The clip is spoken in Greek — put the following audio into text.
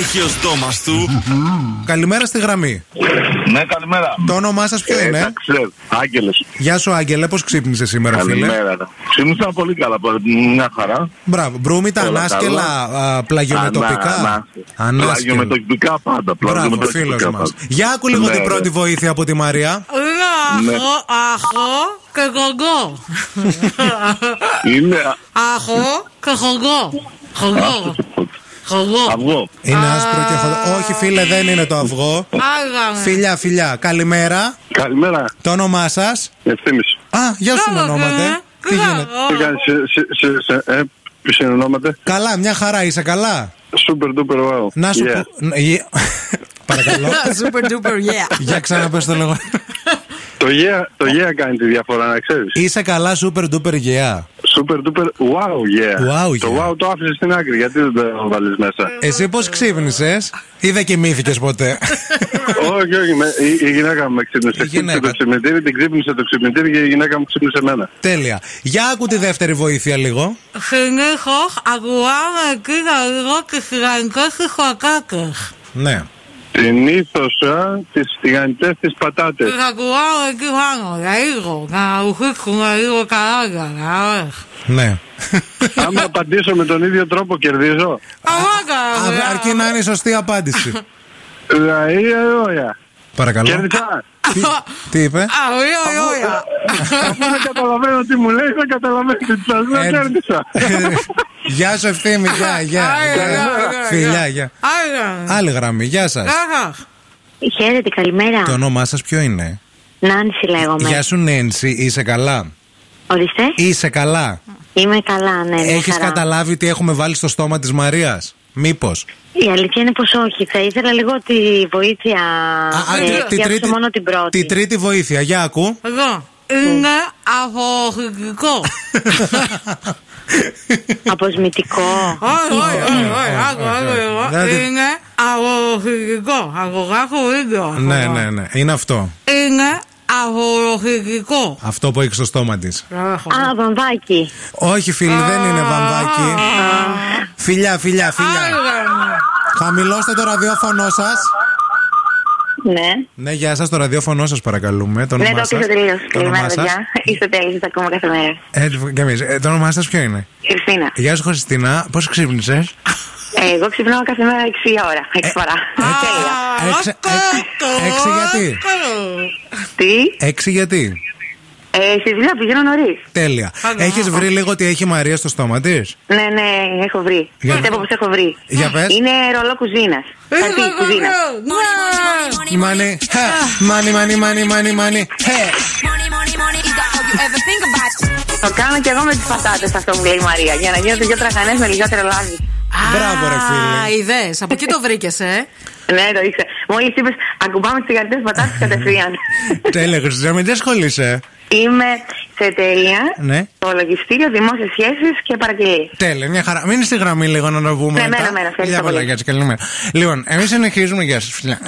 έχει ως ντόμας του. Καλημέρα στη γραμμή. Ναι, καλημέρα. Το όνομά σας ποιο Ε, είναι. εντάξει, ρε, Άγγελος. Γεια σου, Άγγελε, πώς ξύπνησες σήμερα, φίλε. Καλημέρα. ρε. Ξύπνησα πολύ καλά, πάλι, μια χαρά. Μπράβο. Μπρούμητα, Όλα ανάσκελα, α, πλαγιομετωπικά. Ανάσκελα. Πλαγιομετωπικά πάντα. Μπράβο, πλαγιομετωπικά φίλο μα. πάντα. Για άκου λίγο Ναι, την ναι. πρώτη βοήθεια από τη Μαρία. Ναι. Λάχο, αχώ και γογκό. Είναι Αχώ και γογκό. Ah. Γογκό. Γογκό. αυγό. Είναι άσπρο και χοντρό. Όχι, φίλε, δεν είναι το αυγό. Άγα με. Φιλιά, φιλιά. Καλημέρα. Καλημέρα, Το όνομά σας. ευθύμης. Α, γεια σου, Γράβο, ονόμαται. γράβο. Τι γίνεται. Γράβο. Τι κάνεις, σε- σε- σε- σε- ε, ποιος είναι ονόματι? Καλά, μια χαρά, είσαι καλά. Super duper wow. Να σου Yeah. πω. Ν- γε- Παρακαλώ. Super duper, yeah. Για ξαναπες το λίγο. Το yeah, το yeah κάνει τη διαφορά, να ξέρεις. Είσαι καλά, super duper γειά. Super duper wow yeah. Wow, το yeah. wow το άφησες στην άκρη, γιατί δεν το βάλεις μέσα. Εσύ πώς ξύπνησες ή δεν κοιμήθηκες ποτέ. όχι, όχι, με, η, η, γυναίκα μου με ξύπνησε. Η γυναίκα. Χτύπησε Το ξυπνητήρι, την ξύπνησε το ξυπνητήρι και η γυναίκα μου ξύπνησε εμένα. Τέλεια. Για άκου τη δεύτερη βοήθεια λίγο. Συνήθως ακουάμε κύρα λίγο τις τηγανιτές τις πατάτες. Ναι. Συνήθως α, τις τηγανιτές τις πατάτες. Τις ακουάμε εκεί πάνω για λίγο, να ακούσουμε λίγο καλά για να δεις. Ναι. Άμα απαντήσω με τον ίδιο τρόπο κερδίζω. Αμάκα, Α, ρε. αρκεί να είναι η σωστή απάντηση. Λαία λόγια. Παρακαλώ. Κέρδισα. Τι, τι είπε. Αγρία λόγια. Αφού δεν καταλαβαίνω τι μου λέει, δεν καταλαβαίνω τι σας λέω, Ε, κέρδισα. Γεια σου ευθύμη, γεια, γεια. Άγια, γεια. γεια, γεια. Φιλιά, γεια. Άγια. Άλλη γραμμή, γεια σας. Άγια. Χαίρετε, καλημέρα. Το όνομά σας ποιο είναι. Νάνση λέγομαι. Γεια σου Νένση, είσαι καλά. Ορίστε. Είσαι καλά. Είμαι καλά, ναι. μια Έχεις χαρά. καταλάβει τι έχουμε βάλει στο στόμα της Μαρίας. Μήπως. Η αλήθεια είναι πως όχι. Θα ήθελα λίγο τη βοήθεια. ε, φτιάξω μόνο την πρώτη. Τη τρίτη βοήθεια, για ακού. Εγώ. Είναι αποφυγικό. Αποσμητικό. Όχι, όχι, όχι, όχι, άκου, όχι, άκου όχι. λίγο. Δεν την- Είναι αποφυγικό. Αγοράζω βίντεο. Ναι, ναι, ναι. Είναι αυτό. Είναι αποφυγικό. Αυτό που έχει στο στόμα της. Α, βαμβάκι. Όχι, φίλοι, δεν είναι βαμβάκι. Φιλιά, φιλιά, φιλιά. Χαμηλώστε το ραδιόφωνο σας. Ναι. Ναι, γεια σας, το ραδιόφωνο σας παρακαλούμε. Ναι, Το Δεν το όνομά Ε, σα. έπεισα τελείω. Καλημέρα, παιδιά. Είστε τέλειοι, σα ακούμε κάθε μέρα. Το όνομά σας ποιο είναι. Χριστίνα. Γεια σου, Χριστίνα. Πώς ξύπνησες. ε, Εγώ ξυπνάω κάθε μέρα 6 ώρα. ε, 6 φορά. Τέλεια. Έξι γιατί. ε, Τι. Έξι γιατί. Ε, στη δουλειά πηγαίνω νωρίς. Τέλεια. Καλά. Έχει βρει λίγο τι έχει η Μαρία στο στόμα της. Ναι, ναι, έχω βρει. Για- Πιστεύω πω έχω βρει. Για πες. Ε, Είναι ρολό κουζίνας. Κάτι κουζίνα. Μάνι, χα, μάνι, μάνι, μάνι, μάνι, μάνι. χε. Το κάνω και εγώ με τι πατάτε αυτό που λέει η Μαρία. Για να γίνονται πιο τραχανέ με λιγότερο λάδι. Μπράβο, ρε Α, φίλε. ιδέες. Από εκεί το βρήκε, ε. Ναι, το ήξερα. Μόλι είπε ακουμπάμε τι γαρτέ πατάτε κατευθείαν. Τέλεια, Χριστίνα, μην ασχολείσαι. Είμαι σε εταιρεία. Ναι. Το λογιστήριο, δημόσιες σχέσεις και παραγγελίες. Τέλεια, μια χαρά. Μείνε στη γραμμή λίγο να το πούμε. Ναι, μετά. μένα, μένα, ευχαριστώ Γεια πολλά, πολύ. γεια σας, καλημέρα. Λοιπόν, εμείς συνεχίζουμε. Γεια σας, φιλιά.